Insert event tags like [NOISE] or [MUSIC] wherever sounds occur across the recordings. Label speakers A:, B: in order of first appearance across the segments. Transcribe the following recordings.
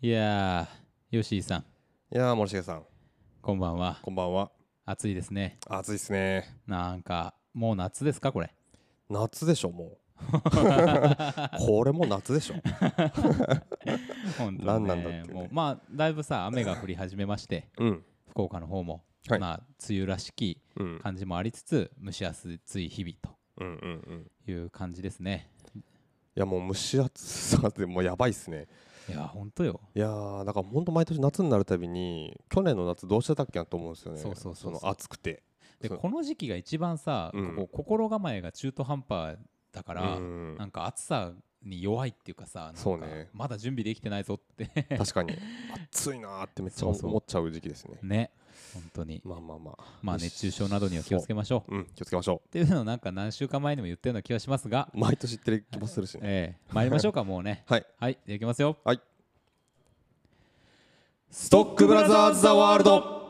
A: いやー、ヨシーさん、
B: いやー森重さん
A: こんばんは。
B: こんばんは
A: 暑いですね。
B: 暑いっすね
A: なんか、もう夏ですか、これ。
B: 夏でしょも
A: [LAUGHS]
B: うこれも夏でしょ
A: 本当
B: 何
A: ね
B: なんだってね
A: もうまあ、だいぶさ、雨が降り始めまして、
B: うん
A: 福岡の方も、
B: はい
A: まあ、梅雨らしき
B: うん
A: 感じもありつつ、蒸し暑い日々
B: うんうんうん
A: という感じですね。
B: いやもう蒸し暑さでもうやばいっすね
A: いやー、本当よ。
B: いやーだからほんと毎年夏になるたびに去年の夏どうしてたっけなと思うんですよね
A: そうそうそうそう
B: の暑くて
A: で、
B: そう
A: この時期が一番さ、
B: うん
A: こう心構えが中途半端だから、
B: うん
A: なんか暑さに弱いっていうかさ、なんか
B: そうね
A: まだ準備できてないぞって。 [LAUGHS]
B: 確かに暑いなーってめっちゃ
A: そうそう
B: 思っちゃう時期ですね
A: ね、本当に。
B: まあまあまあ
A: まあ、熱中症などには気をつけましょう。
B: そううん気をつけましょ
A: っていうのをなんか何週間前にも言ったような気がします
B: [LAUGHS]
A: が、
B: う毎年言ってる気もするしね
A: ええ参りましょう
B: [LAUGHS]
A: か、もうね。
B: はい
A: はい、じゃあいきますよ。
B: はいストックブラザーズ・ザ・ワールド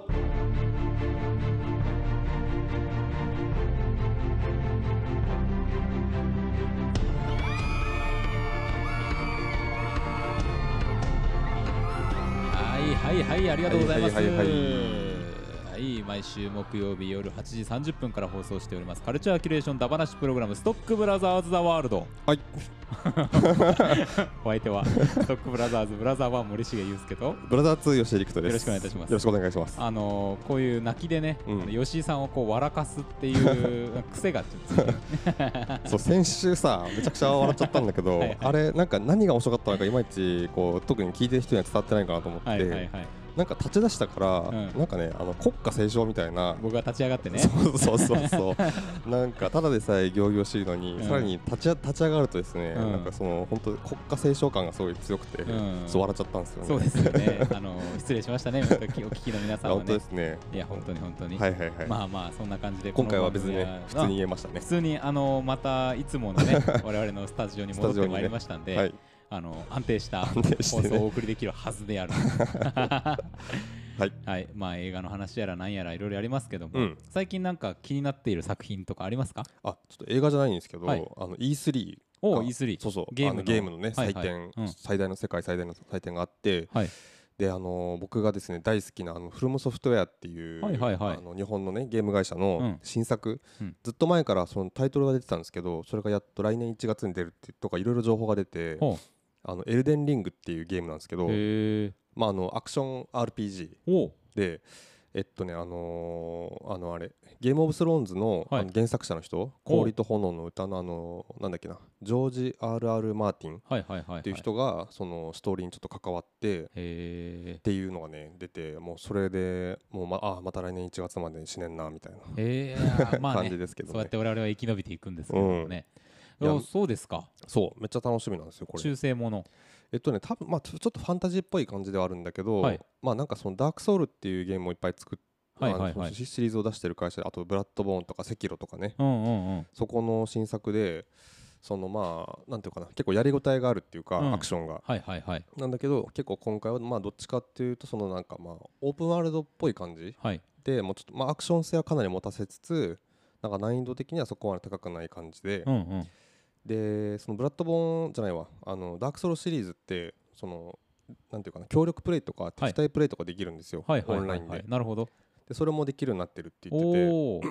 A: はいはいはい、ありがとうございます。は
B: はいいはいはい
A: 毎週木曜日夜8時30分から放送しておりますカルチャーキュレーションダバナシプログラムストックブラザーズ・ザ・ワールド
B: はい
A: [LAUGHS] お相手はストックブラザーズブラザーは森重裕介と
B: ブラザー2吉井陸斗で
A: よ
B: す。
A: ろしくお願いいたします
B: よろしくお願いします。
A: あのーこういう泣きでね、
B: うん
A: 吉井さんをこう笑かすっていう癖がつい
B: [LAUGHS]
A: てる
B: そう先週さ、めちゃくちゃ笑っちゃったんだけど、
A: はいはい
B: あれなんか何が面白かったのかいまいちこう特に聞いてる人には伝わってないかなと思って、
A: はいはいはい
B: なんか立ち出したから、
A: うん
B: なんかねあの国家斉唱みたいな。
A: 僕が立ち上がってね
B: [LAUGHS] そうそうそ
A: [LAUGHS]
B: うそうなんかただでさえ行々しいのに、
A: うん
B: さらに立ちあ立ち上がるとですね、
A: うん
B: なんかその本当国家斉唱感がすごい強くて、
A: うん
B: そう笑っちゃったんですよね
A: そうですよね。あの失礼しましたね。
B: [LAUGHS]
A: お聞きの皆
B: あ
A: さんは
B: 本当
A: ね
B: で。すね
A: いや本当に本当に。
B: はいはいはい、
A: まあまあそんな感じで
B: 今回は別にね普通に
A: に
B: 言えましたね
A: 普通にあのまたいつもの
B: [LAUGHS]
A: ね我々のスタジオに戻ってまいりましたんで、
B: はい
A: あの安定した放
B: 安定してね
A: 送をお送りできるはずであ
B: [LAUGHS]
A: る。
B: はい。
A: はい。まあ映画の話やらなんやらいろいろありますけども、
B: うん
A: 最近なんか気になっている作品とかありますか？
B: あちょっと映画じゃないんですけど、
A: はい
B: あの E3
A: おう
B: が
A: E3
B: そうそう
A: ゲー
B: ゲ
A: ム
B: ー
A: の
B: ムのゲームのね
A: はい
B: 祭
A: はい
B: 典、
A: うん
B: 最大の世界最大の祭典があって
A: はい。
B: であのー僕がですね大好きなあのフルムソフトウェアっていう、
A: はいはいはい
B: あの日本のねゲーム会社
A: うん
B: の新作、
A: うん
B: ずっと前からそのタイトルが出てたんですけどそれがやっと来年1月に出るってとかいろいろ情報が出て
A: ほ
B: あのエルデンリングっていうゲームなんですけ
A: う。
B: ど、
A: へえ。
B: まあ、あのアクション RPG
A: おう。
B: でえっとねあのーあのあれゲームオブスローンズの,、
A: はい
B: あの原作者の人「氷と炎の歌の」あのーなんだっけなジョージ・ R.R. マーティンっ
A: はいはいはい、はい。
B: ていう。人が、そのストーリーにちょっと関わってっ
A: へえ。
B: ていうのがね出てもうそれでもうまあまた来年1月までに死ねんなみたいな
A: ええまあね
B: [LAUGHS] 感じですけど
A: そうやっ
B: ね
A: て我々は生き延びていくんですけどもね、
B: うんいや
A: おそうですか
B: そうめっちゃ楽しみなんですよこれ
A: 中性もの
B: えっとね多分まあちょちょっとファンタジーっぽい感じではあるんだけど、
A: はい
B: まあなんかそのダークソウルっていうゲームをいっぱい作って
A: はいはいはい
B: シリーズを出してる会社であとブラッドボーンとかセキロとかね
A: うんうんうん
B: そこの新作でそのまあなんていうかな結構やりごたえがあるっていうか、
A: うん
B: アクションが
A: はいはいはい
B: なんだけど結構今回はまあどっちかっていうとそのなんかまあオープンワールドっぽい感じ
A: はい
B: でもうちょっとまあアクション性はかなり持たせつつなんか難易度的にはそこまで高くない感じで、
A: うんうん
B: でそのブラッドボーンじゃないわあのダークソロシリーズってそのなんていうかな協力プレイとか敵対プレイとかできるんですよ、
A: はいはい
B: オ
A: は
B: ンライ
A: い
B: ンで,、
A: はいなるほど
B: でそれもできるようになってるって言ってて
A: おおー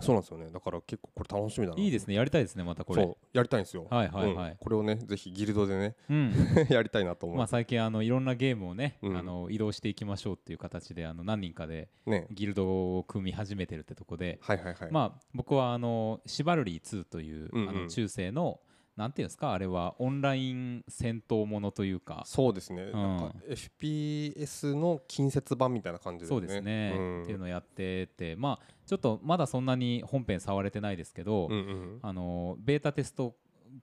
B: そうなんですよねだから結構これ楽しみだない
A: いですねやりたいですねまたこ
B: そ
A: れ
B: うやりたいんですよ
A: はいはいはい
B: うんこれをねぜひギルドでね [LAUGHS]
A: うん
B: やりたいなと思う、
A: まあ最近あのいろんなゲームをね、
B: うん
A: あの移動していきましょうっていう形であの何人かで
B: ね
A: ギルドを組み始めてるってとこで、
B: はいはいはい、
A: まあ僕はあのシバルリー2という、
B: うんうん
A: あの中世のなんていうんですかあれはオンライン戦闘ものというか
B: そうですね、
A: ん
B: なんか FPS の近接版みたいな感じですね
A: そうですね、
B: うん
A: っていうのをやっててまあちょっとまだそんなに本編触れてないですけど、
B: うんうん
A: あのベータテスト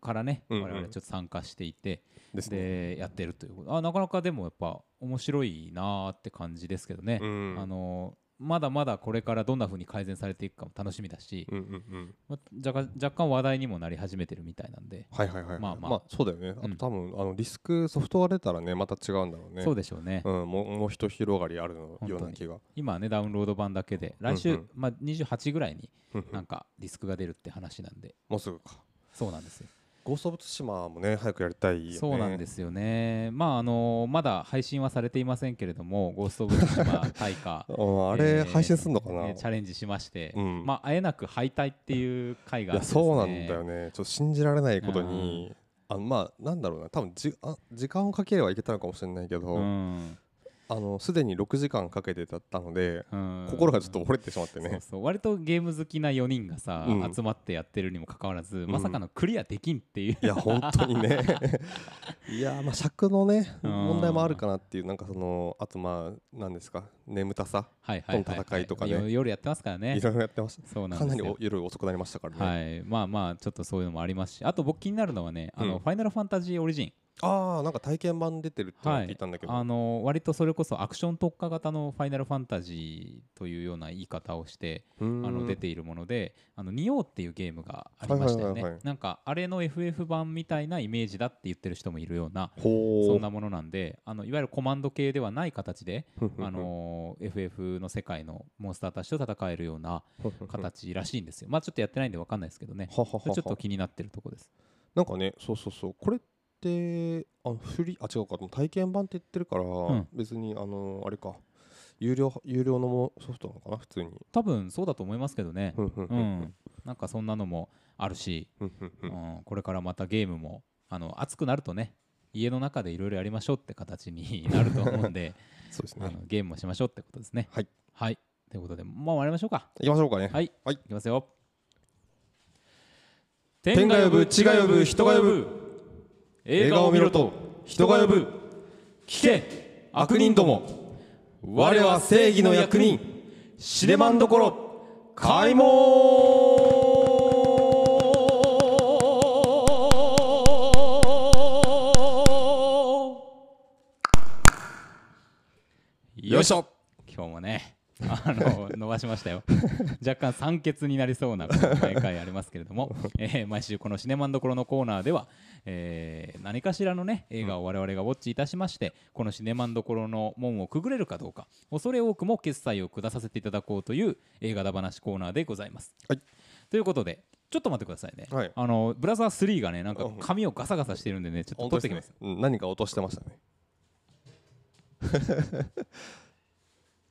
A: からね
B: う
A: 我
B: んうん
A: 々ちょっと参加していて、
B: ですね
A: でやってるということあなかなかでもやっぱ面白いなーって感じですけどね、
B: うん
A: あのまだまだこれからどんな風に改善されていくかも楽しみだし、
B: うんうんうん
A: まあ若干若干話題にもなり始めてるみたいなんで、
B: はいはいはい、
A: まあまあ
B: そうだよねあ
A: うん
B: と多分、あのリスクソフトが出たらねまた違うんだろうね
A: そうでしょうね、
B: うん、もうもう一広がりあるの
A: 当に
B: ような気が
A: 今はねダウンロード版だけで来週、
B: うんうん
A: まあ、28ぐらいに
B: うんうん
A: なんかリスクが出るって話なんで
B: もうすぐか
A: そうなんですよ
B: ゴースト・オブ・ツシマもね早くやりたいよね、
A: そうなんですすよね、まああのまだ配信はされていませんけれども、ゴースト・オブ・ツシマ大火
B: [LAUGHS] あ
A: え
B: れ
A: ー
B: 配信するのかな、
A: ねチャレンジしまして、
B: うん
A: まああえなく敗退っていう回が
B: い
A: あっ
B: や
A: てです、ね、
B: そうなんだよねちょっと信じられないことにあのまあなんだろうな多分じあ時間をかければいけたのかもしれないけど、
A: うん
B: あのすでに6時間かけてだったので、
A: うん
B: 心がちょっと折れてしまってね
A: そうそう割とゲーム好きな4人がさ、
B: うん
A: 集まってやってるにもかかわらず、まさかのクリアできんっていう [LAUGHS]
B: いや本当にねいやまあ尺のね
A: うん
B: 問題もあるかなっていうなんかそのあとまあ何ですか眠たさ
A: はいはいはいは
B: この戦いとかね
A: よ夜やってますからね
B: いろいろやってました
A: そうなん
B: か
A: で
B: な
A: す
B: りお
A: よ
B: 夜遅くなりましたからね、
A: はいまあまあちょっとそういうのもありますしあと僕気になるのはね、あ
B: うん
A: のファイナルファンタジーオリジン
B: ああなんか体験版出てるってのは聞いたんだけど、
A: あの割とそれこそアクション特化型のファイナルファンタジーというような言い方をして
B: うーん
A: あの出ているもので「あのニオっていうゲームがありましたよ
B: はいはい
A: ね
B: はいはい
A: なんかあれの FF 版みたいなイメージだって言ってる人もいるような
B: ほー
A: そんなものなんであのいわゆるコマンド系ではない形で、
B: ふんふんふん
A: あの FF の世界のモンスターたちと戦えるような形らしいんですよ。まあちょっとやってないんで分かんないですけどね。
B: ははは
A: それ
B: は
A: ちょっと気になってるとこです。
B: なんかねそうそうそうこれってあのフリーあ違うかでも体験版って言ってるから、
A: ん
B: 別にあのあれか有料有料のもソフトなのかな普通に
A: 多分そうだと思いますけどね
B: ふ。んふん
A: う
B: ふん
A: ん。なんかそんなのもあるし、
B: ふんふんふ
A: うんん、これからまたゲームもあの暑くなるとね、家の中でいろいろやりましょうって形になると思うんで、
B: [LAUGHS] そうです
A: あ
B: ね
A: のゲームもしましょうってことですね。
B: はい。
A: はい。ということで、もう終わりましょうか。
B: いきましょうかね
A: はい、
B: はい
A: いきますよ。
B: 天が呼ぶ地が呼ぶ人が呼ぶ
A: 映画を見ろと人が呼ぶ聞け悪人ども我は正義の役人シネマンどころ開門
B: よいしょ
A: 今日もね [LAUGHS] あの伸ばしましたよ若干酸欠になりそうなこの毎回ありますけれど
B: [LAUGHS]
A: も、えー毎週この「シネマンどころ」のコーナーでは、えー何かしらのね映画を我々がウォッチいたしまして、この「シネマンどころ」の門をくぐれるかどうか恐れ多くも決済を下させていただこうという映画だ話コーナーでございます。
B: はい
A: ということでちょっと待ってくださいね、
B: はい
A: あのブラザー3がねなんか
B: うん
A: 髪をガサガサしてるんでねちょっと
B: 本
A: 取って
B: 当です
A: きま
B: ね
A: す。
B: うん何か落としてましたね [LAUGHS]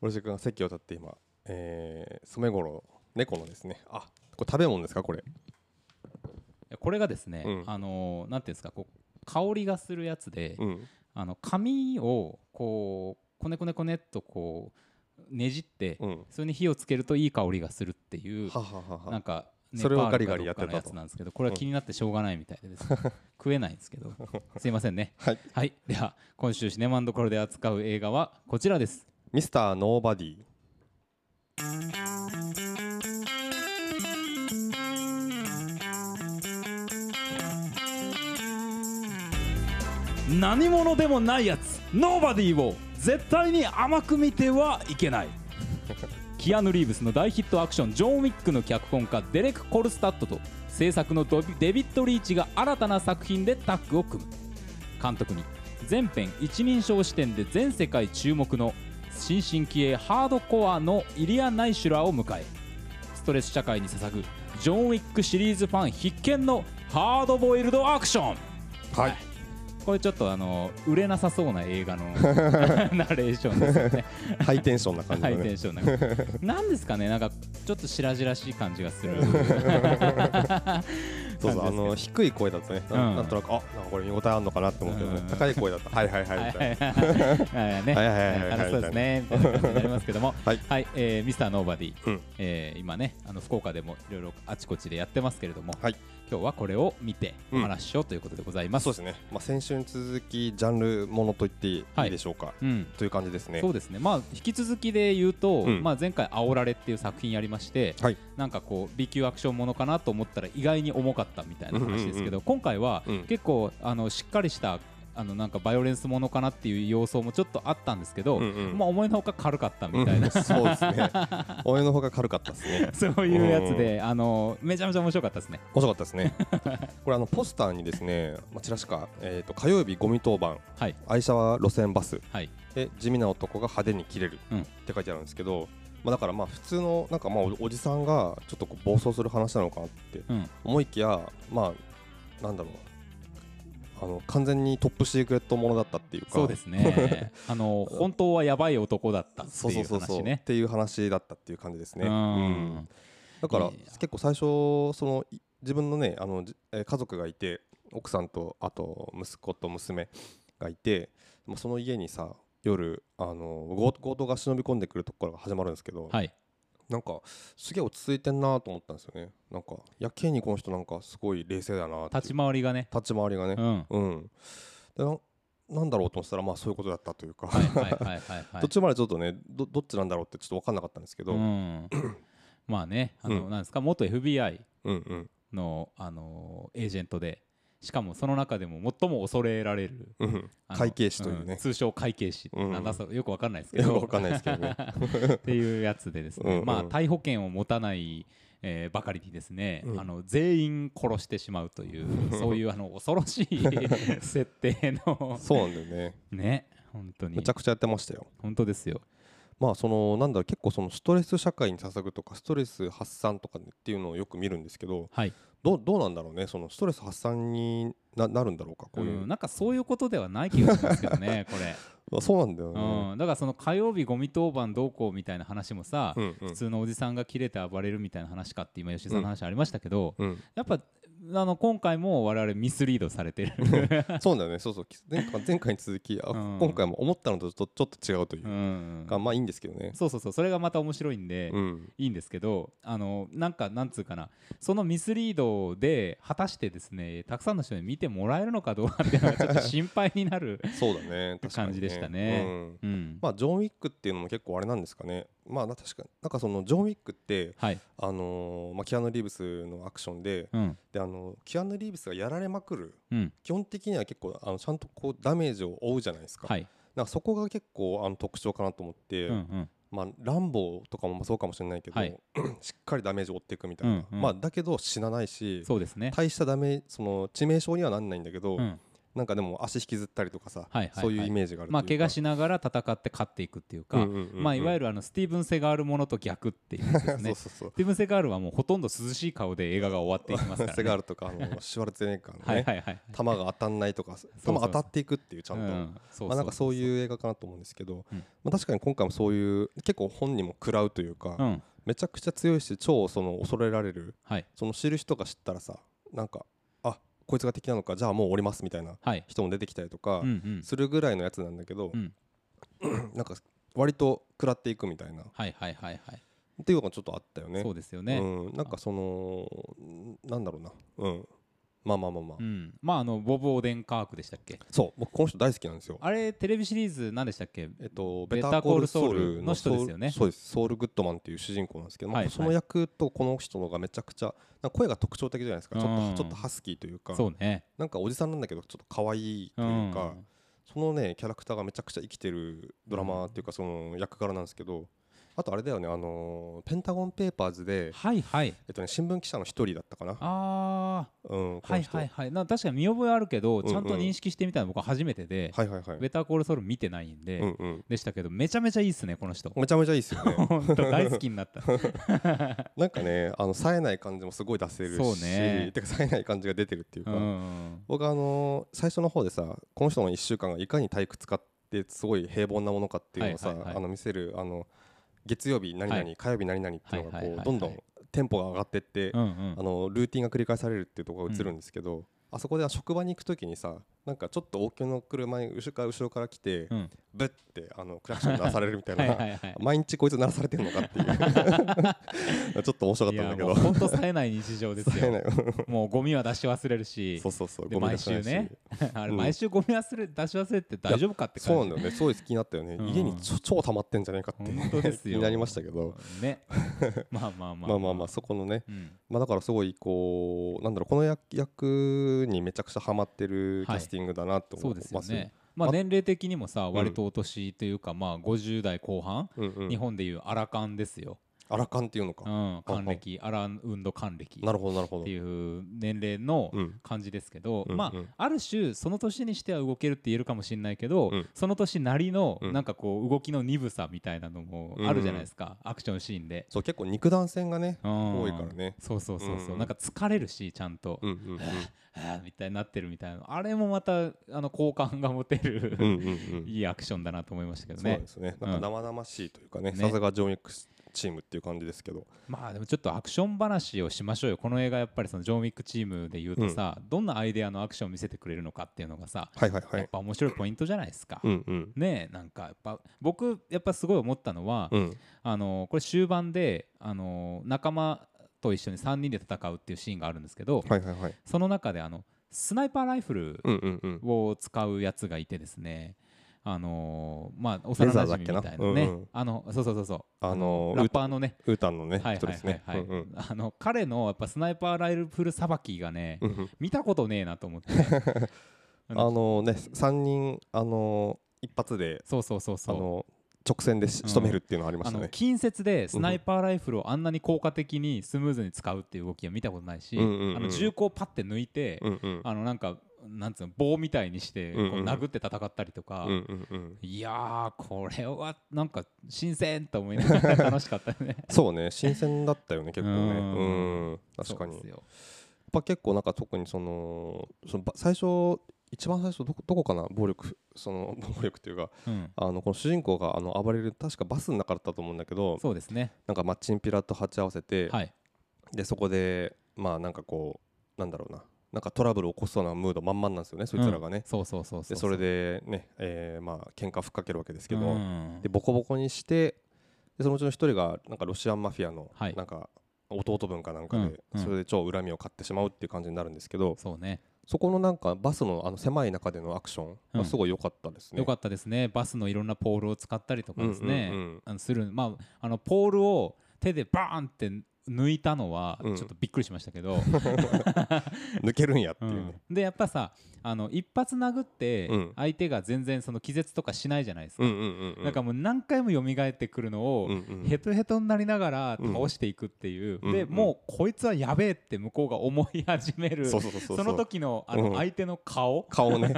B: 俺く君が席を立って今えー、染五郎猫のですねあこれ食べ物ですかこれ
A: これがですね、
B: うん
A: あのなんていうんですかこう香りがするやつで、
B: うん
A: あの紙をこうこねこねこねっとこうねじって、
B: うん
A: それに火をつけるといい香りがするっていう
B: はははは
A: なんか
B: それを
A: ネパール
B: ガリガリやってたと
A: かどっかのやつなんですけどこれは気になってしょうがないみたいで
B: [LAUGHS]
A: ですね食えないんですけどすいませんね
B: はい
A: はいでは今週シネマンどころで扱う映画はこちらです
B: ミスターノーバディ
A: 何者でもないやつノーバディを絶対に甘く見てはいけないキアヌ・リーブスの大ヒットアクション「ジョン・ウィック」の脚本家デレク・コルスタットと制作のドビデビッド・リーチが新たな作品でタッグを組む監督に全編一人称視点で全世界注目の新進気鋭ハードコアのイリア・ナイシュラーを迎えストレス社会に捧ぐジョン・ウィックシリーズファン必見のハードボイルドアクション
B: はい
A: これちょっとあの売れなさそうな映画
B: [LAUGHS]
A: の [LAUGHS] ナレーションですよね。
B: ハイテンション [LAUGHS] な感じ
A: [LAUGHS] ハ
B: だ
A: イテ
B: ね
A: ンションな感じ。なんですかね、なんかちょっと白々しい感じがする。
B: [LAUGHS] そうそう
A: 感
B: あ
A: じですけど
B: の低い声だとねな
A: うん
B: なんとなくあなんかこれ見応えあんのかなって思うけどね
A: うん
B: 高い声だとはいはいはいみたいな
A: はいね
B: はいはいはいはい
A: 楽しそうですね。みたいな感じになりますけども、
B: [LAUGHS] はい
A: はい、えーミスターノーバディ、
B: うん
A: えー今ね、あの福岡でもいろいろあちこちでやってますけれども、
B: はい
A: 今日はこれを見てお話ししようということでございます。
B: そうですねまあ先週に続きジャンルものと言ってい
A: はい
B: いでしょうか
A: うん。
B: という感じですね
A: そうですね、まあ、引き続きで言うと、
B: うん
A: まあ、前回「煽られ」っていう作品やりまして、
B: はい
A: なんかこう B 級アクションものかなと思ったら意外に重かったみたいな話ですけど、
B: うんうんうん
A: 今回は
B: うん
A: 結構あのしっかりしたあのなんかバイオレンスものかなっていう様相もちょっとあったんですけど、
B: うんうん
A: まあ、思いのほか軽かったみたいな、
B: うんそうですね俺の方が軽かったですね
A: [LAUGHS] そういうやつで、あのめちゃめちゃ面白かったですね。
B: 面白かったですねこれあのポスターにですねまあチラシかえーと火曜日ゴミ当番
A: はい、
B: 愛車は路線バス
A: はい
B: で地味な男が派手に切れる
A: うん
B: って書いてあるんですけど、まあ、だからまあ普通のなんかまあおおじさんがちょっとこう暴走する話なのかなって
A: うん
B: 思いきやまあなんだろうあの完全にトップシークレットものだったっていうか
A: そうです
B: [LAUGHS]
A: ねあの本当はやばい男だったって
B: そう
A: い
B: そううそうそう
A: 話
B: っ
A: ね
B: ていう話だったっていう感じですね。
A: う
B: うん
A: ん
B: だから
A: いや
B: 結構最初そのい自分のねあのじえー家族がいて奥さんとあと息子と娘がいてまあその家にさ夜あの強強盗が忍び込んでくるところから始まるんですけど、
A: はい
B: なんかすげえ落ち着いてんなと思ったんですよねなんかやけにこの人なんかすごい冷静だなっていう
A: 立ち回りがね
B: 立ち回りがね
A: うんは
B: うん、でななんだろうと思ってたらまあそういうことだったというか、
A: いはいはいはいはい
B: [LAUGHS] 途中までちょっとねどどっちなんだろうってちょっと分かんなかったんですけど、
A: う
B: うん、
A: んまあねあの、
B: うん
A: なんですか元 FBI
B: うん
A: の、あのエージェントでしかもその中でも最も恐れられる
B: うん
A: あの
B: 会計士というね
A: ん通称会計士、
B: うん
A: なんだそうよくわかん
B: [LAUGHS]
A: ないですけ
B: よ
A: ど
B: く分かんないですけど
A: [LAUGHS]
B: ね
A: っていうやつでですね
B: うんうん
A: まあ逮捕権を持たない、えーばかりにですね、
B: うん
A: あの全員殺してしまうという
B: [LAUGHS]
A: そういうあの恐ろしい設定の
B: そうなんだよね
A: ね本当
B: め
A: に
B: ちゃくちゃやってましたよ
A: 本当ですよ
B: まあそのなんだろう結構そのストレス社会に捧ぐとかストレス発散とかっていうのをよく見るんですけど
A: はい、
B: どうどうなんだろうねそのストレス発散にななるんだろうかこういう
A: う、ん、なんかそういうことではない気がしますけどねこれ、
B: あ [LAUGHS] そうなんだよね、
A: うん、だからその火曜日ゴミ当番どうこうみたいな話もさ、
B: うんうん
A: 普通のおじさんが切れて暴れるみたいな話かって今吉井さんの話ありましたけど、
B: うん、
A: やっぱあの今回も我々ミスリードされてる、
B: そうなんだよねそうそうき前回 [LAUGHS] 前回に続きあ、
A: うん
B: 今回も思ったのとちょっとちょっと違うというう、
A: ん、
B: がまあいいんですけどね
A: そうそうそうそれがまた面白いんで、
B: うん
A: いいんですけどあのなんかなんつうかなそのミスリードで果たしてですねたくさんの人に見てもらえるのかどうかっていうのがちょっと心配にな
B: [LAUGHS]
A: る
B: そうだね確かにね
A: 感じでしたね
B: うん
A: うん、
B: まあジョン・ウィックっていうのも結構あれなんですかねまあな確かなんかそのジョン・ウィックって
A: はい、
B: あのーまあキアヌ・リーブスのアクションで
A: うん
B: であのキアヌ・リーブスがやられまくる
A: うん、
B: 基本的には結構あのちゃんとこうダメージを負うじゃないですか,、
A: はい、
B: なんかそこが結構あの特徴かなと思って、
A: うんうん、
B: まあ、ランボーとかもまあそうかもしれないけど、
A: はい
B: しっかりダメージを負っていくみたいな、
A: うんうん
B: まあ、だけど死なないし
A: そうですね。
B: 大したダメその致命傷にはなんないんだけど、
A: うん、
B: なんかでも足引きずったりとかさ、
A: はいはいはい
B: そういうイメージがある
A: まあ怪我し
B: な
A: ながら戦って勝っていくっていうか、まあいわゆ
B: る
A: るあのスティーブン・セガールものと逆っていうですね
B: [LAUGHS] そうそうそう
A: スティーブン・セガールはもうほとんど涼しい顔で映画が終わっていき
B: [LAUGHS]
A: ますから、ね、
B: セガールとかあのシュワルツェネッガーのね
A: はいはいはい、
B: 弾が当たんないとか弾当たっていくっていうちゃんと、
A: うんそ
B: まあ、なんかそう
A: う
B: いう映画かなと思うんですけど、
A: うん
B: まあ、確かに今回もそういう結構本にも食らうというか、
A: そう、うん、
B: めちゃくちゃ強いし超その恐れられる
A: はい
B: その知る人が知ったらさなんかあこいつが敵なのかじゃあもう降りますみたいな
A: はい、
B: 人も出てきたりとか
A: うんうん、
B: するぐらいのやつなんだけど、
A: うん
B: [CLEARS THROAT] なんか割と食らっていくみたいなっ
A: はいはいはいはい、
B: ていうのがちょっとあったよね
A: そうですよね。
B: うん、なんかそのなんだろうなうんまあまあまあまあ、
A: うん、まああのボブ・オデンカークでしたっけ
B: そう僕この人大好きなんですよ
A: あれテレビシリーズ何でしたっけ
B: えっと、
A: ベ
B: ベ
A: タ
B: タ
A: ー
B: ーコールソ
A: コ
B: ウ
A: ールソウル
B: ル
A: の
B: の
A: 人で
B: ソウ
A: す
B: ル
A: よね
B: そうですソウルグッドマンっていう主人公なんですけど、まあ
A: はいはい
B: その役とこの人のがめちゃくちゃなんか声が特徴的じゃないですかちょ
A: う
B: っ
A: ん
B: とちょっとハスキーというか
A: そうね
B: なんかおじさんなんだけどちょっと可愛いと
A: う
B: いうんか、そのねキャラクターがめちゃくちゃ生きてるドラマっていうかその役柄なんですけどあとあれだよねあのーペンタゴン・ペーパーズで、
A: はいはい
B: えっとね、新聞記者の一人だったかな、
A: あ
B: うん、この
A: ーはい
B: 人
A: はいはいな確かに見覚えあるけど
B: んうん
A: ちゃんと認識してみたの僕は初めてで、
B: はいはいはい
A: ベターコールソウル見てないんで、
B: うんうん
A: でしたけどめちゃめちゃいいっすねこの人
B: めちゃめちゃいいですよね
A: [LAUGHS] 本当大好きにな
B: [LAUGHS]
A: った
B: なんかねあの冴えない感じもすごい出せるし
A: そうね
B: てか冴えない感じが出てるってい
A: う
B: うか、
A: ん
B: 僕あのー最初の方でさこの人の1週間がいかに体育使ってすごい平凡なものかっていうのをさ
A: はいはいはい
B: あの見せるあの月曜日何々、
A: はい
B: 火曜日何々っていうの
A: は
B: が
A: いはいはい
B: こ
A: は
B: う
A: い
B: どんどんテンポが上がってって、
A: うんうん
B: あのルーティンが繰り返されるっていうところが映るんですけど、あそこでは職場に行く時にさなんかちょっと大きめの車に後ろから後ろから来て、
A: うん
B: ブッてあのクラクション鳴らされるみた
A: [LAUGHS]
B: い
A: はい
B: な
A: はいはい
B: 毎日こいつ鳴らされてるのか
A: [LAUGHS]
B: っていうちょっと面白かっ
A: い
B: た
A: や
B: んだけ
A: もう
B: ど
A: 本当冴えない日常です
B: 冴えな
A: よ
B: い
A: もうゴミは出し忘れるし
B: そうそうそう
A: で
B: ゴミ出さない
A: 毎
B: し
A: 週ね [LAUGHS] あれ
B: うん
A: 毎週ゴミ忘れ出し忘れって大丈夫かって
B: そう
A: 感
B: な
A: じ
B: んだよねすごい好きになったよね、
A: うん
B: 家にちょ超溜まってんじゃないかって
A: 本当ですよ
B: 気になりましたけど
A: ねまあまあまあ
B: まあまあまあそこのね、
A: うん
B: まあ、だからすごいこうなんだろうこの役役にめちゃくちゃハマってるキ
A: はい
B: ャスティングだなと
A: そ
B: 思
A: う
B: い
A: ですよ
B: ます
A: ね。まあ
B: あ
A: 年齢的にもさ
B: ん
A: 割とお年というかまあ50代後半
B: うんうん
A: 日本でいうアラカンですよ
B: アラカンっていうのか
A: うん、還暦アラウンド還暦
B: な
A: っ
B: るほどなるほど
A: ていう年齢の
B: うん
A: 感じですけど、
B: うん
A: ま
B: う
A: あ
B: ん
A: ある種その年にしては動けるって言えるかもしれないけど、
B: うん
A: その年なりの
B: うん
A: なんかこう動きの鈍さみたいなのもあるじゃないですか、アクションシーンで、
B: そう結構肉弾戦がね
A: うん
B: 多いからね
A: そうそうそうそう、
B: うん
A: なんか疲れるしちゃんと、
B: う
A: [LAUGHS]
B: んうん
A: あーみたいになってるみたいなあれもまたあの好感が持てる、
B: うんうんうんうん
A: [LAUGHS] いいアクションだなと思いましたけど
B: そう
A: ね
B: ですね
A: うん
B: なんか生々しいというかね
A: ね
B: さすがジョン・ウィックチームっていう感じですけど
A: まあでもちょっとアクション話をしましょうよこの映画やっぱりそのジョン・ウィックチームで言うとさ、どんなアイデアのアクションを見せてくれるのかっていうのがさ、
B: はいはいは
A: やっ
B: い
A: ぱ面白いポイントじゃないですか、
B: うんうん
A: ねえなんかやっぱ僕やっぱすごい思ったのは、
B: うん
A: あのこれ終盤であの仲間と一緒に3人で戦うっていうシーンがあるんですけど、
B: はいはいはい
A: その中であのスナイパーライフル
B: うんうんうん
A: を使うやつがいてですね、あのーまあ幼なじみみたいな
B: レ
A: ね
B: ザーだっけなうんうん
A: あのそうそうそうそう
B: あのー
A: ラッパーのね
B: ウータンのね
A: はい
B: 人
A: は
B: で
A: い
B: す
A: はい
B: ね
A: はい、
B: うんうん
A: あの彼のやっぱスナイパーライフルさばきがね、
B: うんうん
A: 見たことねえなと思って
B: あのね3人あの一発で
A: そうそうそうそ
B: あ
A: う
B: の直線でし
A: うん
B: 仕留めるっていうのあり
A: あ
B: ました
A: の
B: ね
A: 近接でスナイパーライフルをあんなに効果的にスムーズに使うっていう動きは見たことないし、
B: うんうんうん
A: あの銃口をパッて抜いて、
B: うんうん
A: あのなんかなんつうの棒みたいにしてこう
B: うんうん
A: 殴って戦ったりとか、
B: うんうんうん
A: いやーこれはなんか新鮮と思いながら楽しかったね
B: そうね新鮮だったよね
A: [LAUGHS]
B: 結構ね
A: うん
B: うん [LAUGHS] 確かに
A: そうですよ
B: やっぱ結構なんか特にそのそのば最初一番最初どこどこかな暴力 [LAUGHS] その暴力っていうか
A: うん
B: あのこの主人公があの暴れる確かバスの中だったと思うんだけど
A: そうですね
B: なんかマッチンピラと鉢合わせて、
A: はい
B: でそこでまあなんかこうなんだろうななんかトラブルを起こしそうなムード満々なんですよねそいつらが
A: うん
B: ね、
A: そうそうそうそう
B: でそれでね、えー、まあ喧嘩ふっかけるわけですけど、
A: うん
B: でボコボコにしてでそのうちの一人がなんかロシアンマフィアの
A: はい
B: なんか弟分かなんかで、
A: うんうん
B: それで超恨みを買ってしまうっていう感じになるんですけど、
A: そうね
B: そこのなんかバスのあの狭い中でのアクション
A: うん
B: はすごい良かったですね。
A: よかったですねバスのいろんなポールを使ったりとかですね、
B: うんうんうん
A: あのするまああのポールを手でバーンって抜いたのはちょ
B: う
A: っ
B: ん
A: とびっくりしました
B: [LAUGHS]
A: けど、
B: 抜けるんやって
A: うん
B: いうね。
A: でやっぱさあの一発殴って
B: うん
A: 相手が全然その気絶とかしないじゃないですか、
B: うんうんうんうん。
A: なんかもう何回も蘇ってくるのを、
B: うんうん
A: ヘトヘトになりながら
B: うん
A: 倒していくっていう、
B: うん
A: で
B: うん
A: もうこいつはやべえって向こうが思い始める
B: そうそうそうそう。
A: その時のあの
B: うん
A: 相手の
B: [LAUGHS]
A: 顔、
B: 顔ね。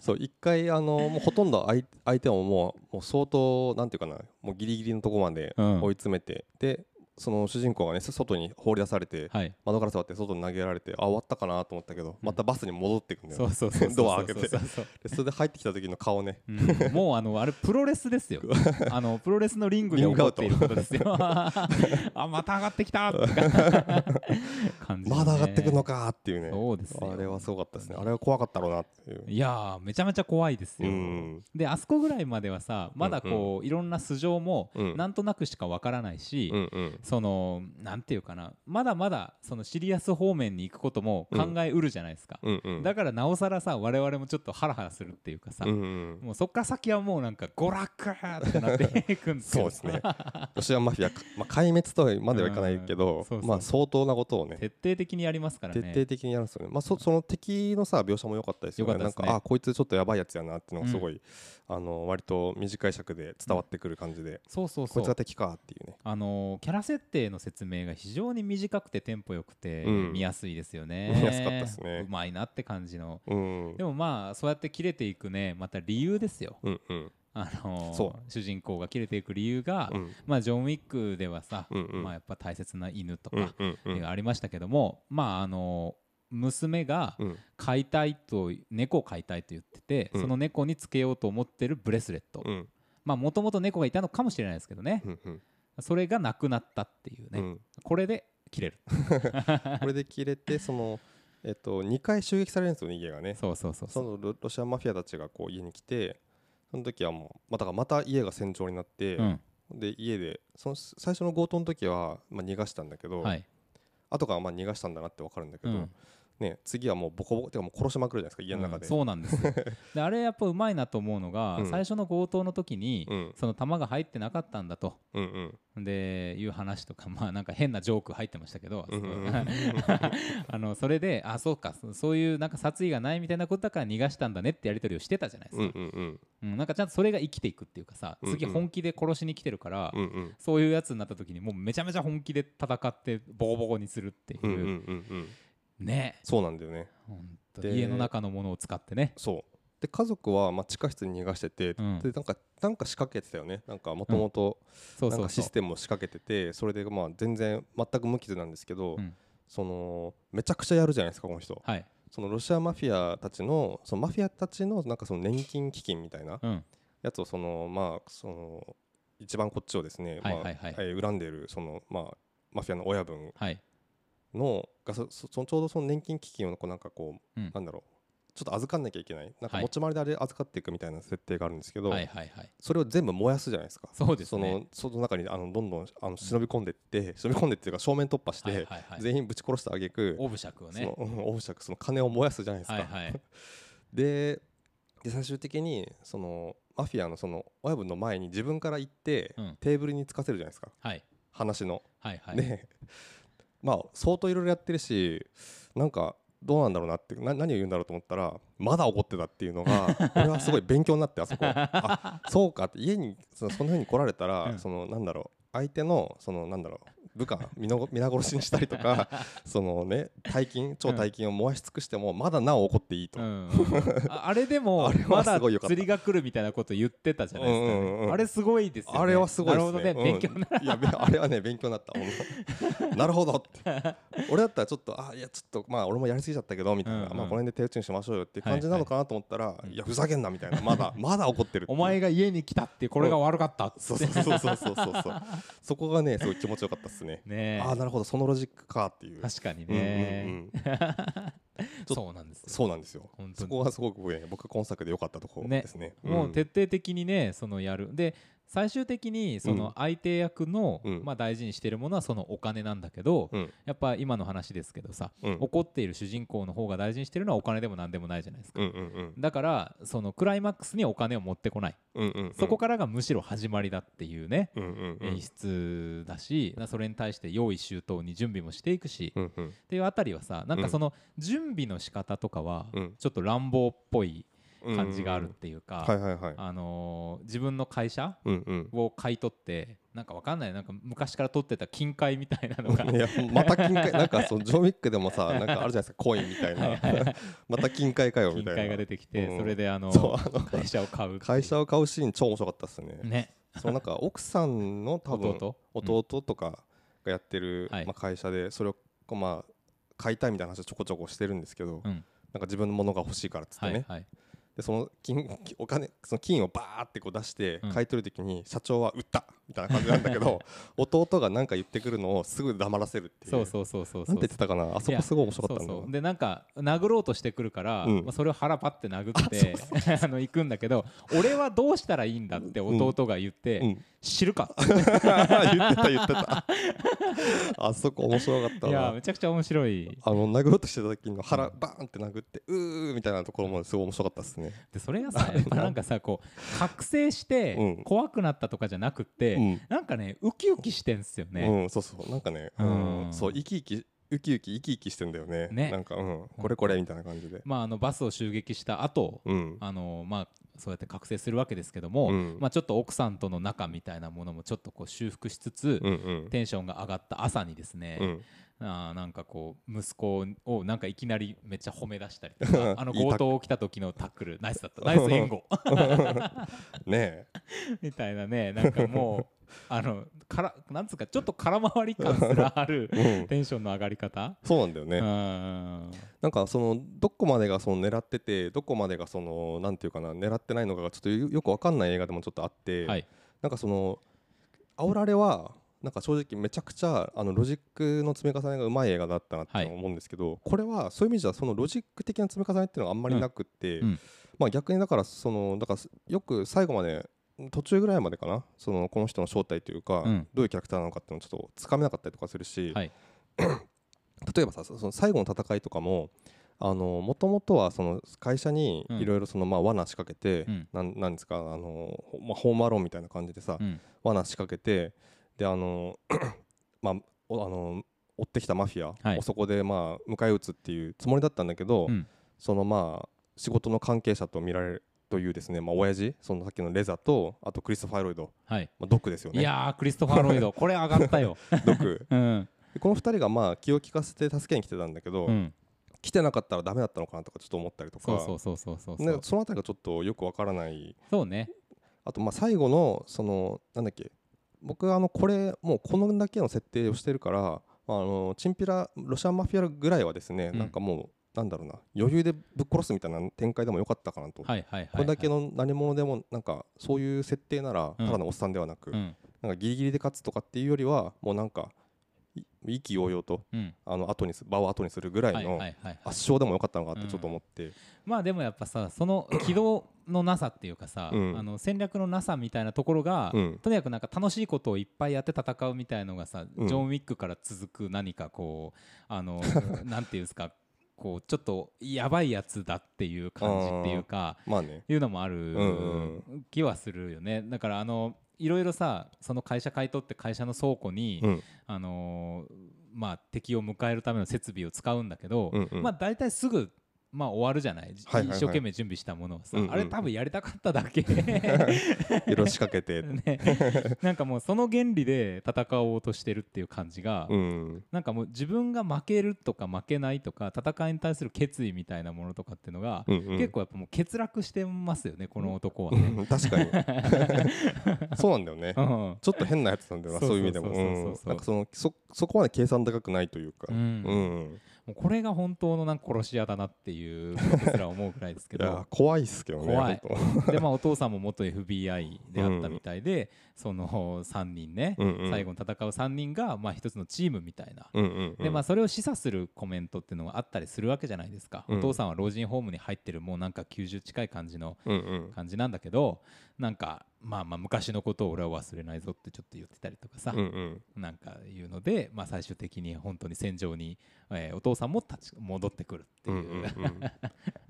B: そう一回あのもうほとんど相相手をもうもう相当なんていうかなもうギリギリのとこまで
A: うん
B: 追い詰めて、でその主人公がねそ外に放り出されて、
A: はい
B: 窓ガラス割って外に投げられてあ終わったかなと思ったけどまたバスに戻っていくんだよ
A: そ
B: ね、
A: うそうそうそう
B: [LAUGHS] ドア開けて
A: そうそうそう
B: でそれで入ってきた時の顔ね。
A: うんもうあのあれプロレスです
B: [LAUGHS]
A: よあのプロレスのリングで起こっていることですよあまた上がってきたとか感じ、ね、
B: まだ上がってくのかっていうね。
A: そうですよ
B: あれはすごかったですね。あれは怖かったろうなっていう。
A: いやーめちゃめちゃ怖いですよ、
B: うん
A: であそこぐらいまではさまだこう、いろんな素性も
B: うん
A: なんとなくしかわからないし、
B: うんうん。
A: そのなんていうかなまだまだそのシリアス方面に行くことも考えうるじゃないですか、
B: うんうん。
A: だからなおさらさ我々もちょっとハラハラするっていうかさ、
B: うんうん。
A: もうそっから先はもうなんか娯楽ってなっていくんです
B: そう
A: よ
B: ですね。ロシアンマフィア、まあ、壊滅とまではいかないけ
A: うん
B: ど
A: そう、そう
B: まあ相当なことをね、
A: 徹底的にやりますから
B: 徹
A: ね
B: 底的にやるんですよね。まあそその敵のさ描写も良かったですよね。
A: 良かったで
B: なん
A: すね
B: かあこいつちょっとやばいやつやなっていうのがすごい、あの割と短い尺で伝わってくる感じで、
A: そうそう
B: こ
A: そ
B: いつが
A: う
B: 敵かっていうね。
A: あのーキャラ設定の説明が非常に短くてテンポよくて、
B: うん
A: 見やすいですよね
B: [LAUGHS] 見やすかったですね
A: うまいなって感じの
B: うん。
A: でもまあそうやって切れていくねまた理由ですよ
B: うんうん
A: あのー
B: そ
A: 主人公が切れていく理由が、
B: うん
A: まあジョン・ウィックではさ、
B: うんうん
A: まあやっぱ大切な犬と
B: うん
A: か
B: うんう
A: いうの
B: ん
A: ありましたけども、まああのー娘が
B: うん
A: 飼いたいと猫を飼いたいと言ってて、
B: うん
A: その猫につけようと思ってるブレスレット、
B: うん
A: まあもともと猫がいたのかもしれないですけどね、
B: うんうん
A: それがなくなったっていう
B: う
A: ね、
B: ん。
A: これで切れる
B: これで切れてそのえっと2回襲撃されるんですよね家がね
A: そうそうそうそ
B: そうのロロシアンマフィアたちがこう家に来てその時はもうまあだからまた家が戦場になって、
A: うん
B: で家でその最初の強盗の時はまあ逃がしたんだけど、
A: はい
B: 後からまあ逃がしたんだなって分かるんだけ
A: う
B: ど、
A: ん
B: ね次はもうボコボコってかもう殺しまくるじゃないですか家の中で、
A: うんそうなんですよであれやっぱうまいなと思うのが、
B: うん
A: 最初の強盗の時に、
B: うん
A: その弾が入ってなかったんだと
B: うんうん
A: でいう話とかまあなんか変なジョーク入ってましたけど、
B: うんうんうん
A: すごい [LAUGHS] あのそれであそうかそそういうなんか殺意がないみたいなことだから逃がしたんだねってやり取りをしてたじゃないです
B: う
A: か、
B: んうんうん
A: うんなんかちゃんとそれが生きていくっていうかさ
B: うんうん
A: 次本気で殺しに来てるから、
B: うんうん
A: [LAUGHS] そういうやつになった時にもうめちゃめちゃ本気で戦ってボコボコにするっていう、
B: うんうんうんうん
A: ね
B: そうなんだよね
A: ほんと
B: で
A: 家の中のものを使ってね
B: そうで家族はまあ地下室に逃がしてて、
A: うん
B: でなんかなんか仕掛けてたよねなんかもともと
A: そう
B: なん
A: そ
B: か
A: うそ
B: シ
A: う
B: ステムを仕掛けててそれでまあ全然全く無傷なんですけど、
A: うん
B: そのめちゃくちゃやるじゃないですかこの人
A: はい、
B: そのロシアマフィアたちのそのマフィアたちのなんかその年金基金みたいな
A: うん、
B: やつをそのまあその一番こっちをですね、
A: はい
B: まあ
A: はいはい
B: えー恨んでいるそのまあマフィアの親分
A: はい
B: のがそそそのちょうどその年金基金をこうなんかこう、
A: うん
B: なんだろうちょっと預かんなきゃいけないなんか
A: はい
B: 持ち回りであれ預かっていくみたいな設定があるんですけど、
A: はいはいはい
B: それを全部燃やすじゃないですか
A: そうですね
B: そのその中にあのどんどんあの忍び込んでって、忍び込んでっていうか正面突破して、
A: はいはいはい
B: 全員ぶち殺した挙句
A: オブシャクを
B: そ
A: ね
B: のうんオフシャクその金を燃やすじゃないですか、
A: はいはい
B: でで最終的にそのマフィアのその親分の前に自分から行って、
A: うん
B: テーブルにつかせるじゃないですか
A: はい
B: 話の。
A: はいはい、
B: で [LAUGHS] まあ相当いろいろやってるしなんかどうなんだろうなってな何を言うんだろうと思ったらまだ怒ってたっていう
A: [LAUGHS]
B: のが俺はすごい勉強になってあそこあそうかって家にそのそのふうに来られたら、
A: うん
B: そのなんだろう相手のそのなんだろう部下皆ご皆殺しにしたり
A: [LAUGHS]
B: とかそのね大金超大金を燃やし尽くしてもまだなお怒っていいと
A: う。ん、ああれでも
B: [LAUGHS] あれ
A: ま
B: は
A: だ
B: すごい良かった
A: 釣りが来るみたいなこと言ってたじゃないですか、ね
B: うんうんうん
A: あれすごいですよね
B: あれはすごいで
A: な
B: す
A: るほ
B: ね。
A: どね、
B: うん
A: 勉強になる
B: [LAUGHS] いやべあれはね勉強になった。ほん
A: [LAUGHS]
B: まなるほどって。俺だったらちょっとあいやちょっとまあ俺もやりすぎちゃったけどみたいな、
A: うんうん
B: まあこの辺で手打ちにしましょうよっていう感じなのかなと思ったら、い
A: い
B: やふざけんなみたいなま
A: [LAUGHS]
B: だまだ怒ってるってい
A: お
B: う。
A: 前が家に来たってこれが悪かったっつっ
B: そう
A: て
B: そうそうそうそうそうそう。そこがねすごい気持ちよかったっすね。
A: ね
B: ああなるほどそのロジックかっていう。
A: 確かにね、
B: うんうんうん。ちょ
A: [LAUGHS] そうなんですよ
B: そうなんですよ
A: 本。当
B: そ
A: に
B: こはすごくね僕今作で良かったところ
A: ね
B: ですね。
A: もう
B: うん
A: 徹底的にねそのやるで最終的にその相手役の、
B: うん
A: まあ、大事にしてるものはそのお金なんだけど、
B: うん
A: やっぱ今の話ですけどさ、
B: うん
A: 怒っている主人公の方が大事にしてるのはお金でも何でもないじゃないですか、
B: うんうんうん
A: だからそのクライマックスにお金を持ってこない、
B: うんうんうん。
A: そこからがむしろ始まりだっていうね、
B: うんうんうん
A: 演出だしなそれに対して用意周到に準備もしていくし、
B: う
A: っ
B: んうん
A: ていうあたりはさなんかその準備の仕方とかは
B: うん
A: ちょっと乱暴っぽい
B: うん
A: 感じがあるっていうか、
B: はいはいはい。
A: あのー自分の会社
B: うんうん。
A: を買い取ってなんかわかんないなんか昔から取ってた金塊みたいなのが
B: いやまた [LAUGHS] 金塊なんかそのジョーウィックでも
A: [LAUGHS]
B: さなんかあるじゃないですかコインみたい
A: はい
B: な
A: は
B: [LAUGHS] また金塊かよみ
A: 金
B: た
A: 塊
B: いな
A: が出てきて、
B: うん
A: それであの
B: そうあの
A: 会社を買うっていう
B: 会社を買うシーン超面白かったっすね
A: ね
B: そのなんか奥さんの多分
A: 弟
B: 弟とかがやってる、
A: はい
B: まあ、会社でそれをこうまあ買いたいみたいな話をちょこちょこしてるんですけど、
A: う
B: なん
A: ん
B: か自分のものが欲しいからっつって
A: は
B: ね、
A: いはい
B: でその金お金その金をバーってこう出して
A: うん
B: 買い取る時に社長は売ったみたいな感じなんだ
A: [LAUGHS]
B: けど弟が何か言ってくるのをすぐ黙らせるっていう
A: そうそうそうそうそ
B: なん
A: う
B: て言ってたかなあそこすごい面白かったん
A: そ
B: だ
A: う
B: よ
A: そうでなんか殴ろうとしてくるから、
B: うん
A: まあ、それを腹パって殴って [LAUGHS] あの行くんだけど俺はどうしたらいいんだって弟が言って、 [LAUGHS]
B: うん
A: 知るか
B: 言ってた言ってたあそこ面白かった
A: いや
B: な
A: めちゃくちゃ面白い
B: あの殴ろうとしてた時の腹バーンって殴ってうーみたいなところもすごい面白かったですね
A: でそれが
B: [LAUGHS]
A: さやっぱなんかさこう覚醒して
B: うん
A: 怖くなったとかじゃなくて、
B: うん
A: なんかねウキウキしてんすよね、
B: うんそうそうなんかね
A: う
B: うんんそう生き生きウキウキ生き生きしてんだよね
A: ね
B: なんかうんこれこれみたいな感じで
A: まああのバスを襲撃した後、
B: うん
A: あのまあそうやって覚醒するわけですけども、
B: うん
A: まあ、ちょっと奥さんとの仲みたいなものもちょっとこう修復しつつ、
B: うんうん
A: テンションが上がった朝にですね、
B: うん
A: あーなんかこう息子をなんかいきなりめっちゃ褒め出したりと
B: [LAUGHS]
A: かあの
B: いいタッ
A: 強
B: ク
A: 盗起きた時のタックルナイスだった
B: [LAUGHS]
A: ナイス援護 [LAUGHS]
B: ね
A: みたいなねなんかも
B: [LAUGHS]
A: うあのからなんつうかちょっと空回り感すらある
B: えうん
A: テンションの上がり方
B: そうなんだよ
A: う
B: ね
A: ん
B: なんかそのどこまでがその狙っててどこまでがそのなんていうかな狙ってないのかがちょっとよよくわかんない映画でもちょっとあって
A: はい
B: なんかその煽られはなんか正直めちゃくちゃあのロジックの積み重ねがうまい映画だったなって
A: はい
B: 思うんですけど、これはそういう意味じゃそのロジック的な積み重ねっていうのがあんまりなくって、
A: うんうん
B: まあ逆にだからそのだからよく最後まで途中ぐらいまでかなそのこの人の正体というか、
A: うん
B: どういうキャラクターなのかっていうのをちょっとつかめなかったりとかするし、
A: はい
B: 例例えばさそその最後の戦いとかももともとはその会社に
A: うん
B: いろいろそのまあ罠仕掛けて、
A: うん
B: なんなんですかあの、ほまあ、ホームアローンみたいな感じでさ、
A: うん
B: 罠仕掛けてであの、 [CLEARS THROAT] まあ、おあの追ってきたマフィアを、
A: はい
B: そこでまあ迎え撃つっていうつもりだったんだけど、
A: うん
B: そのまあ仕事の関係者と見られるというですねまあ親父そのさっきのレザとあとクリストファー・ロイド、
A: はい
B: まあ、ドックですよ
A: い
B: ね
A: やークリストファー・ロ
B: [LAUGHS]
A: イドこれ上がったよ、
B: ドック
A: うん
B: でこの2人がまあ気を利かせて助けに来てたんだけど、
A: うん、
B: 来てなかったらダメだったのかなとかちょっと思ったりとか
A: そうそうそうそうそうそ
B: ね
A: う
B: そのあたりがちょっとよくわからない
A: そうね
B: あとまあ最後のそのなんだっけ僕はあのこれもうこのだけの設定をしてるからあのチンピラロシアンマフィアぐらいはですね、
A: うん
B: なんかもうなんだろうな余裕でぶっ殺すみたいな展開でもよかったかなと、
A: はいはいはい、はい、
B: これだけの何者でもなんかそういう設定なら
A: うん
B: ただのおっさんではな
A: う
B: く、
A: ん
B: なんかギリギリで勝つとかっていうよりはもうなんかい意気揚々と
A: うん
B: あの後にす場を後にするぐら
A: はいい
B: の
A: はいはい
B: 圧勝でもよかったのかなってちょっと思って、
A: まあでもやっぱさその軌道のなさっていうかさ、
B: うん
A: あの戦略のなさみたいなところが、
B: うん
A: とにかくなんか楽しいことをいっぱいやって戦うみたいのがさ、
B: うん
A: ジョン・ウィックから続く何かこうあのなんていうんですかこうちょっとやばいやつだっていう感じっていうか
B: まあね
A: いうのもある
B: うん
A: 気はするよね、だからあのいろいろさその会社買い取って会社の倉庫に、
B: うん
A: あのーまあ、敵を迎えるための設備を使うんだけど、
B: うんうん
A: まあ、大体すぐ、まあ、終わるじゃない,、
B: はいはいはい
A: 一生懸命準備したものをさ、
B: うんうん
A: あれ多分やりたかっただ
B: [LAUGHS]
A: け、
B: いろいろ仕掛けて、
A: ね、なんかもうその原理で戦おうとしてるっていう感じが、
B: うん、
A: なんかもう自分が負けるとか負けないとか戦いに対する決意みたいなものとかっていうのが、
B: うんうん
A: 結構やっぱもう欠落してますよねこの男は
B: う
A: ね。
B: ん確かに
A: [LAUGHS]
B: そうなんだよね
A: うん
B: ちょっと変なやつなんだよな
A: そうそ
B: そ
A: うう
B: いう意味でも
A: そうそうそう
B: うん
A: そう
B: なんかそのそそこまで計算高くないというか
A: う
B: うんん
A: もうこれが本当のなんか殺し屋だなっていうことすら思うくらいですけ
B: い
A: ど
B: や怖いっすけどね
A: 怖い
B: 本
A: でまあお父さんも元 FBI であったみたいで、その3人ね、
B: 当うんうん
A: 最後に戦う3人が、まあ、一つのチームみたいな。
B: うんうんうん
A: でまあ、それを示唆するコメントっていうのがあったりするわけじゃないですか、
B: うん
A: お父さんは老人ホームに入ってるもうなんか90近い感じの
B: うんうん
A: 感じなんだけどなんかまあまあ昔のことを俺は忘れないぞってちょっと言ってたりとかさ、
B: うんうん
A: なんかいうので、まあ、最終的に本当に戦場に、えーお父さんも立ち戻ってくるって
B: う
A: い
B: ん
A: う、
B: うんうん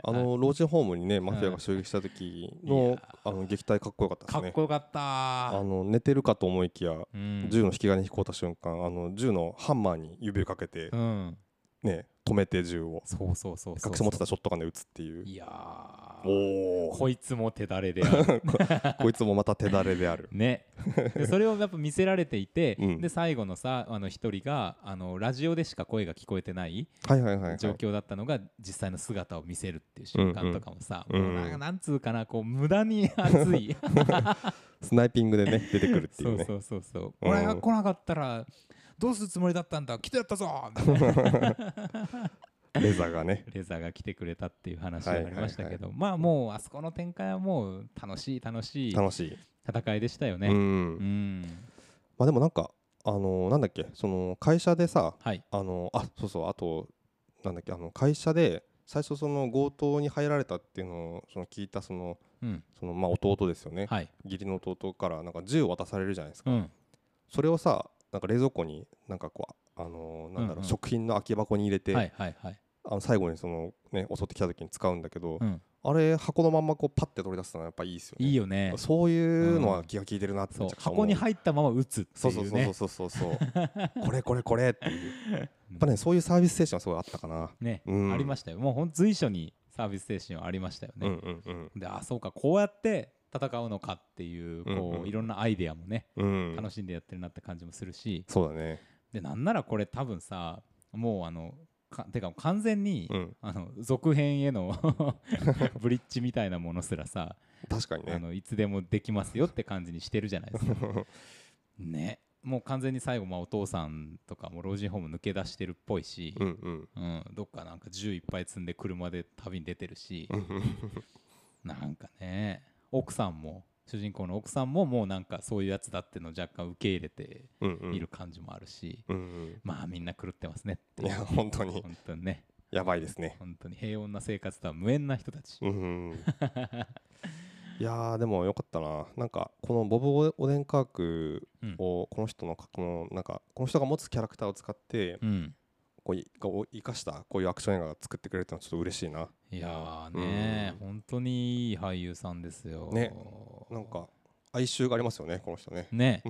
B: あの老人ホームにねマフィアが襲撃した時
A: うんい
B: の
A: や
B: あの撃退かっこよかったで
A: か
B: す
A: っ
B: ね
A: こよかった
B: あの寝てるかと思いきや
A: うん
B: 銃の引き金に引こうた瞬間あの銃のハンマーに指をかけて
A: うん、
B: ね止めて銃を
A: そうそうそうそう
B: 隠し持ってたショットガンで撃つっていう
A: いやー
B: おお
A: こいつも手だれである
B: [LAUGHS] こいつもまた手だれである
A: [LAUGHS] ねでそれをやっぱ見せられていて、
B: うん
A: で最後のさあの一人があのラジオでしか声が聞こえてない
B: はいはいはいはい
A: 状況だったのが実際の姿を見せるっていう瞬間とかもさ、
B: うんう
A: も
B: ん
A: うなんかなんつうかなこう無駄に熱い
B: スナイピングでね出てくるってい
A: そうう
B: ね
A: そうそうそう、
B: うん
A: 俺が来なかったらどうするつもりだったんだ来てやったぞみたいな
B: レザーがね
A: [LAUGHS] レザーが来てくれたっていう話がありましたけど、まあもうあそこの展開はもう楽しい楽しい
B: 楽しい
A: 戦いでしたよね。
B: う
A: うんん
B: まあでもなんかあのーなんだっけその会社でさ
A: はい。
B: あのーあそうそうあとなんだっけあの会社で最初その強盗に入られたっていうのをその聞いたその
A: うん。
B: そのまあ弟ですよね
A: はい。
B: 義理の弟からなんか銃を渡されるじゃないですか
A: うん。
B: それをさなんか冷蔵庫になんかこうあのーなんだ
A: うんう
B: ろ
A: ん
B: う食品の空き箱に入れて
A: はいはいはい。
B: あの最後にそのね襲ってきた時に使うんだけど
A: うん。
B: あれ箱のまんまこうパッて取り出すのはやっぱいいですよね
A: いいよね。
B: そういうのは気が利いてるなって
A: そ
B: め
A: う
B: ちゃ。くちゃ思う
A: 箱に入ったまま打つって
B: そう
A: い
B: そう
A: う
B: そうそ
A: ね
B: う。そうそうそう
A: [LAUGHS]
B: これこれこれっていうやっぱねそういうサービス精神はすごいあったかな
A: ね。
B: うん
A: ありましたよ。もうほん随所にサービス精神はありましたよ
B: うん
A: ね。
B: うん
A: で、あ、そうか、こうやって戦うのかっていう、
B: うん
A: こ
B: う
A: う、
B: ん
A: いろんなアイデアもね、
B: うんうん
A: 楽しんでやってるなって感じもするし、
B: そうだね
A: で、なんならこれ多分さ、もうあの、かてか完全に、
B: うん
A: あの続編への [LAUGHS] ブリッジみたいなものすらさ、
B: 確かに
A: あ
B: ね
A: のいつでもできますよって感じにしてるじゃないです
B: [LAUGHS]
A: か。ねもう完全に最後、まあ、お父さんとかも老人ホーム抜け出してるっぽいし、
B: うんうん
A: うんどっかなんか銃いっぱい積んで車で旅に出てるし、
B: うんうん
A: なんかね奥さんも主人公の奥さんももうなんかそういうやつだっていうのを若干受け入れて
B: うんうん
A: いる感じもあるし、
B: うん
A: まあみんな狂ってますねって
B: うんいや本当に
A: 本当にね
B: やばいですね
A: 本当に平穏な生活とは無縁な人たち。
B: うんうん、いやーでもよかったななんかこのボブ・オデンカーク
A: うん
B: をこの人のかこのなんかこの人が持つキャラクターを使って
A: うん
B: こういこう生かしたこういうアクション映画を作ってくれるってのはちょっと嬉しいない
A: やーね、本当にいい俳優さんですよ。
B: ねなんか哀愁がありますよねこの人ね
A: ね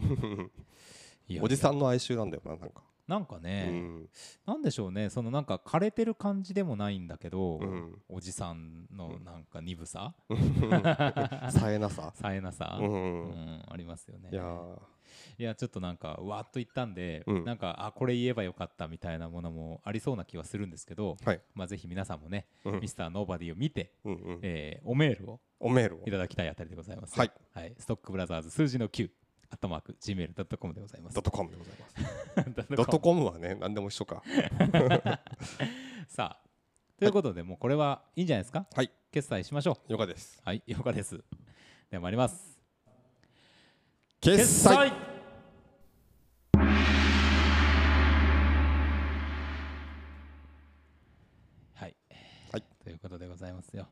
A: いや
B: おじさんの哀愁なんだよななんか、
A: なんか
B: う
A: ね、
B: ん
A: なんでしょうねそのなんか枯れてる感じでもないんだけど、
B: うん
A: おじさんのなんか鈍さ、
B: 冴えなさ
A: 冴えなさ、
B: う
A: うん
B: ん、
A: ありますよね
B: いやー
A: いやちょっとなんかわーっと言ったんで、
B: うん
A: なんかあこれ言えばよかったみたいなものもありそうな気はするんですけど、
B: はい
A: まあ、ぜひ皆さんもね、
B: うん
A: ミスターノーバディを見て、
B: うんうん
A: えーおメールを
B: おメールを
A: いただきたいあたりでございます、
B: はい、
A: ストックブラザーズ数字の9アットマーク Gmail.com でございます
B: ドットコムでございますド
A: [LAUGHS] ッ
B: ットコムはね何でも一緒か
A: さあということで、もうこれはいいんじゃないですか
B: はい
A: 決済しましょう
B: よかです
A: はい、よかです。では参ります。
B: 決済
A: はい。
B: はい
A: ということでございますよ。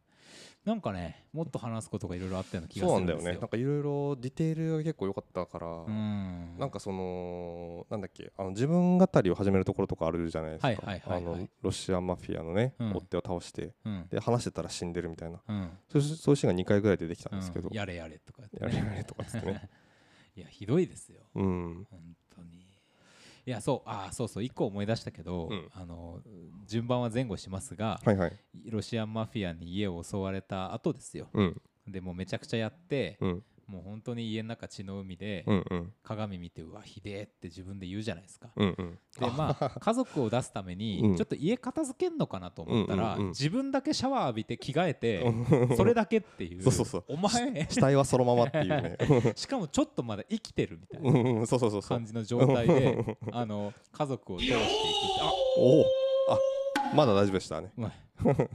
A: なんかね、もっと話すことがいろいろあったような気が
B: そう
A: す
B: な
A: る
B: ん
A: んで
B: だよ
A: すよ。
B: ねなんかいろいろディテールが結構良かったから、
A: うん。
B: なんかそのなんだっけあの自分語りを始めるところとかあるじゃないですか、
A: はいはいはいはい
B: あのロシアマフィアのね、
A: うん
B: 追っ手を倒して
A: うん。
B: で話してたら死んでるみたいな
A: うん。
B: そういうそういうシーンが2回ぐらい出てきたんですけど、
A: うんやれやれとかやって
B: や
A: ね
B: れやれとかっつってね
A: [LAUGHS] いや、ひどいですよ。
B: [LAUGHS] うん
A: 本当に。いや、そう、ああ、そうそう、一個思い出したけど、
B: うん
A: あの、順番は前後しますが、
B: はいはい
A: ロシアンマフィアに家を襲われた後ですよ。
B: うん
A: でもうめちゃくちゃやって、
B: うん
A: もう本当に家の中血の海で、
B: うんうん
A: 鏡見てうわひでえって自分で言うじゃない
B: [LAUGHS]
A: ですか。
B: うんうん
A: でまあ家族を出すため
B: う
A: に
B: ん
A: ちょっと家片付けんのかなと思ったら、
B: うんうんうん
A: 自分だけシャワー浴びて着替えてそれだけっていう
B: [LAUGHS] そうそうそう
A: お前
B: 死体はそのままっていうね
A: しかもちょっとまだ生きてるみたい
B: うん
A: な
B: うんうんそうそうそうそう
A: 感じの状態で
B: [LAUGHS]
A: あの家族を通していくあ
B: おおあまだ大丈夫でしたね
A: まあ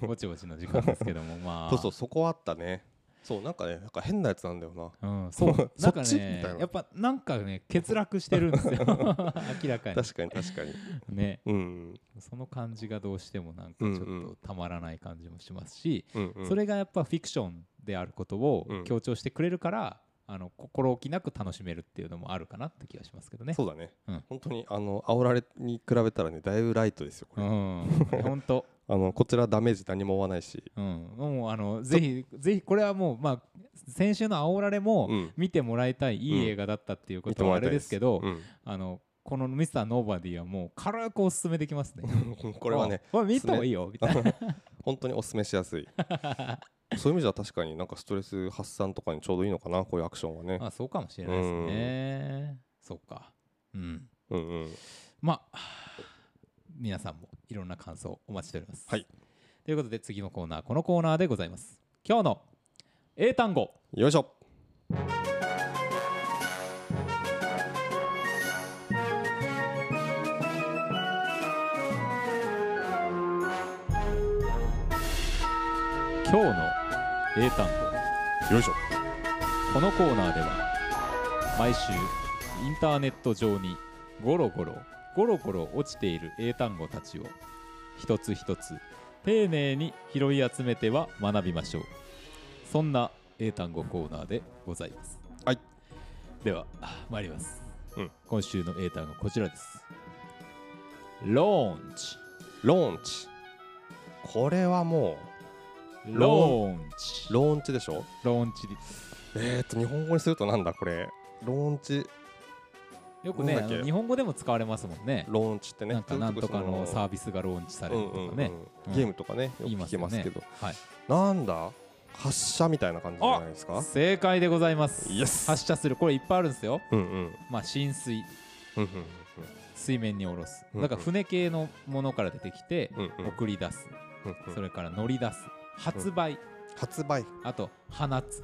A: ぼちぼちの時間ですけどもまあ
B: そうそうそこあったねそうなんかねなんか変なやつなんだよな
A: うん、そう、な
B: そ
A: んか
B: っちみ
A: ね
B: たいな、
A: やっぱなんかね、欠落してるん
B: [LAUGHS]
A: ですよ、明らかに。
B: 確かに確かに
A: ね、
B: うん
A: その感じがどうしてもなんかちょっ
B: うんう
A: とたまらない感じもしますし、
B: うんうん
A: それがやっぱフィクションであることを
B: うん
A: 強調してくれるから、あの心置きなく楽しめるっていうのもあるかなって気がしますけどね。
B: そうだね、
A: うん
B: 本当にあの煽られに比べたらねだいぶライトですよこ
A: う
B: れ、
A: ん、本当、
B: あのこちらダメージ何も負わないし、
A: うん、もうあのぜひぜひこれはもうまあ先週の煽られも
B: うん
A: 見てもらいたい、いい映画だったっていうことはあれですけど、
B: うん
A: あのこのミスターノーバディはもう軽くおすすめできますね。
B: [LAUGHS] これ
A: [LAUGHS]
B: はね
A: あこれ見た方がいいよみたいな。
B: [LAUGHS] 本当におすすめしやす
A: [LAUGHS]
B: いそういう意味では確かになんかストレス発散とかにちょうどいいのかなこういうアクションはね
A: まあそうかもしれないですね。そうか。うん。
B: うんうん
A: まあ皆さんもいろんな感想お待ちしております。
B: はい。
A: ということで次のコーナーこのコーナーでございます。今日の英単語
B: よいしょ
A: 今日の英単語
B: よいしょ
A: このコーナーでは毎週インターネット上にゴロゴロゴロゴロ落ちている英単語たちを一つ一つ丁寧に拾い集めては学びましょうそんな英単語コーナーでございます
B: はい
A: ではあ参ります、
B: うん
A: 今週の英単語こちらですローンチ
B: ローンチこれはもう
A: ローンチ
B: ローンチでしょ
A: ローンチリ
B: えー、っと日本語にするとなんだこれローンチ
A: よくね
B: なんだっ
A: あ
B: け
A: の日本語でも使われますもんね
B: ローンチってね
A: なんかなんとかのサ
B: ー
A: ービスがローンチされ
B: う
A: る
B: ん
A: とか
B: うんう
A: ね、
B: ん
A: うん
B: ゲームとかねよく
A: 言いま
B: 聞
A: す
B: き
A: よね
B: ますけど
A: はい、
B: なんだ発射みたいな感じじゃないですか
A: 正解でございます
B: イエス
A: 発射するこれいっぱいあるんですよ
B: うんうん
A: まあ浸水
B: うん
A: 水面に下ろす
B: うんうん
A: だから船系のものから出てきて
B: うんうん
A: 送り出す
B: うんうん
A: それから乗り出す発売
B: 発売
A: あと放つ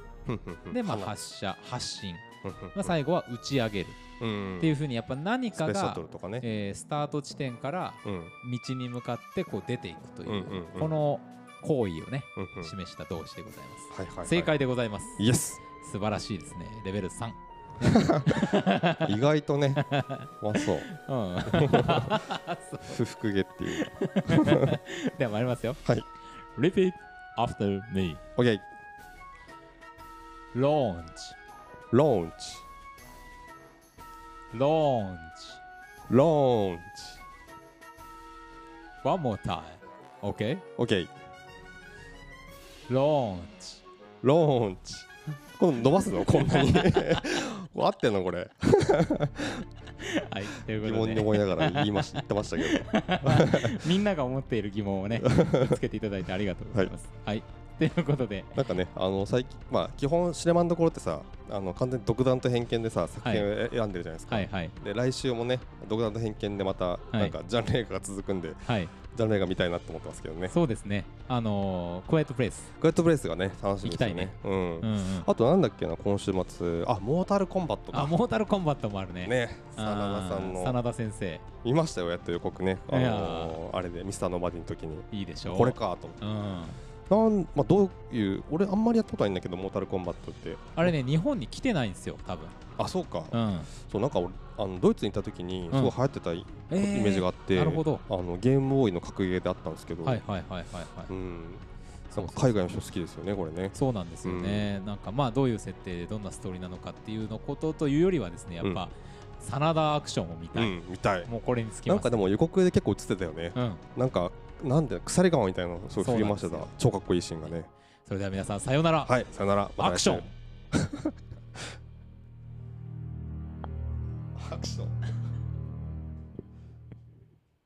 A: で
B: で
A: まあ発射発信、まあ、
B: 最
A: 最後は打ち上げる
B: 後
A: っていううふうにやっぱ何
B: スペ
A: か
B: ースシャ
A: が
B: トルとかね
A: えースタート地点から
B: うん
A: 道に向かってこう出ていくと
B: うんう
A: いうん
B: うん
A: この行為をね
B: うんうん
A: 示した動詞でございま
B: はいはいはい
A: す正解でございます
B: イエス
A: 素晴らしいですねレベル3
B: 意外と [LAUGHS] ねまあそう
A: うん
B: 不服毛っていう
A: [LAUGHS] では参りますよ。
B: はい。
A: Repeat after me.
B: OK
A: ローンチ、
B: ローンチ
A: ローンチ、
B: ローンチ
A: One more time. Okay?
B: OK
A: ローンチ。
B: ローンチこの伸ばすのこん [LAUGHS] なに合ってんのこれ
A: はい、という
B: 疑
A: こと
B: 問
A: で、
B: に思いながら言いまし言ってましたけど
A: [LAUGHS] みんなが思っている疑問を
B: [LAUGHS]
A: ね、つけていただいてありがとうございます。はい、ということで、
B: なんかねあの最近まあ基本シネマのところってさあの完全に独断と偏見でさ作品を選んでるじゃないですか、
A: はいはい
B: で来週もね独断と偏見でまた
A: い
B: なんかジャンル映画が続くんで、
A: はい、
B: ジャンル映画見たいなと思ってますけどね
A: そうですね。あのー、クワイエットプレイス。
B: クレットブレイスがね楽しみですよね
A: 行
B: うん
A: うんうん。
B: あとなんだっけな今週末あモータルコンバットか
A: あ、モータルコンバットもあるね。
B: ね
A: あ
B: 真
A: ー
B: 田さんの
A: 真田先生、
B: 見ましたよやっと予告ねあ
A: いや
B: のーあれでミスターノーバディの時に
A: いいでしょう。
B: これ。かと思って
A: うん。
B: なんまあどういう俺あんまりやったことないんだけどモータルコンバットって
A: あれね、日本に来てないんですよ、多分。
B: あそうか
A: うん。
B: そうなんか俺あのドイツにいた時に
A: ん
B: すごい流行ってたイ
A: え
B: イメージがあって
A: なるほど。
B: あのゲームボーイの格ゲーであったんですけど
A: はいはいはいはいはい。
B: うん
A: そう
B: な
A: んそう
B: か海外の人好きですよねこれね
A: そうなんですよね、なんかまあどういう設定でどんなストーリーなのかっていうのことというよりはですねやっぱ、真田アクションを見
B: う
A: たい、
B: ん見たい
A: もうこれにつき
B: なん
A: ま
B: か
A: す
B: でも予告で結構映ってたよね
A: うん、
B: なんかなんで鎖鎌みたいなのすごい振り回して
A: そう
B: た
A: なんで
B: 超かっこいいシーンがね
A: それでは皆さんさようなら、
B: はいさよならま
A: ア
B: た来
A: ク
B: 週
A: ション
B: アクション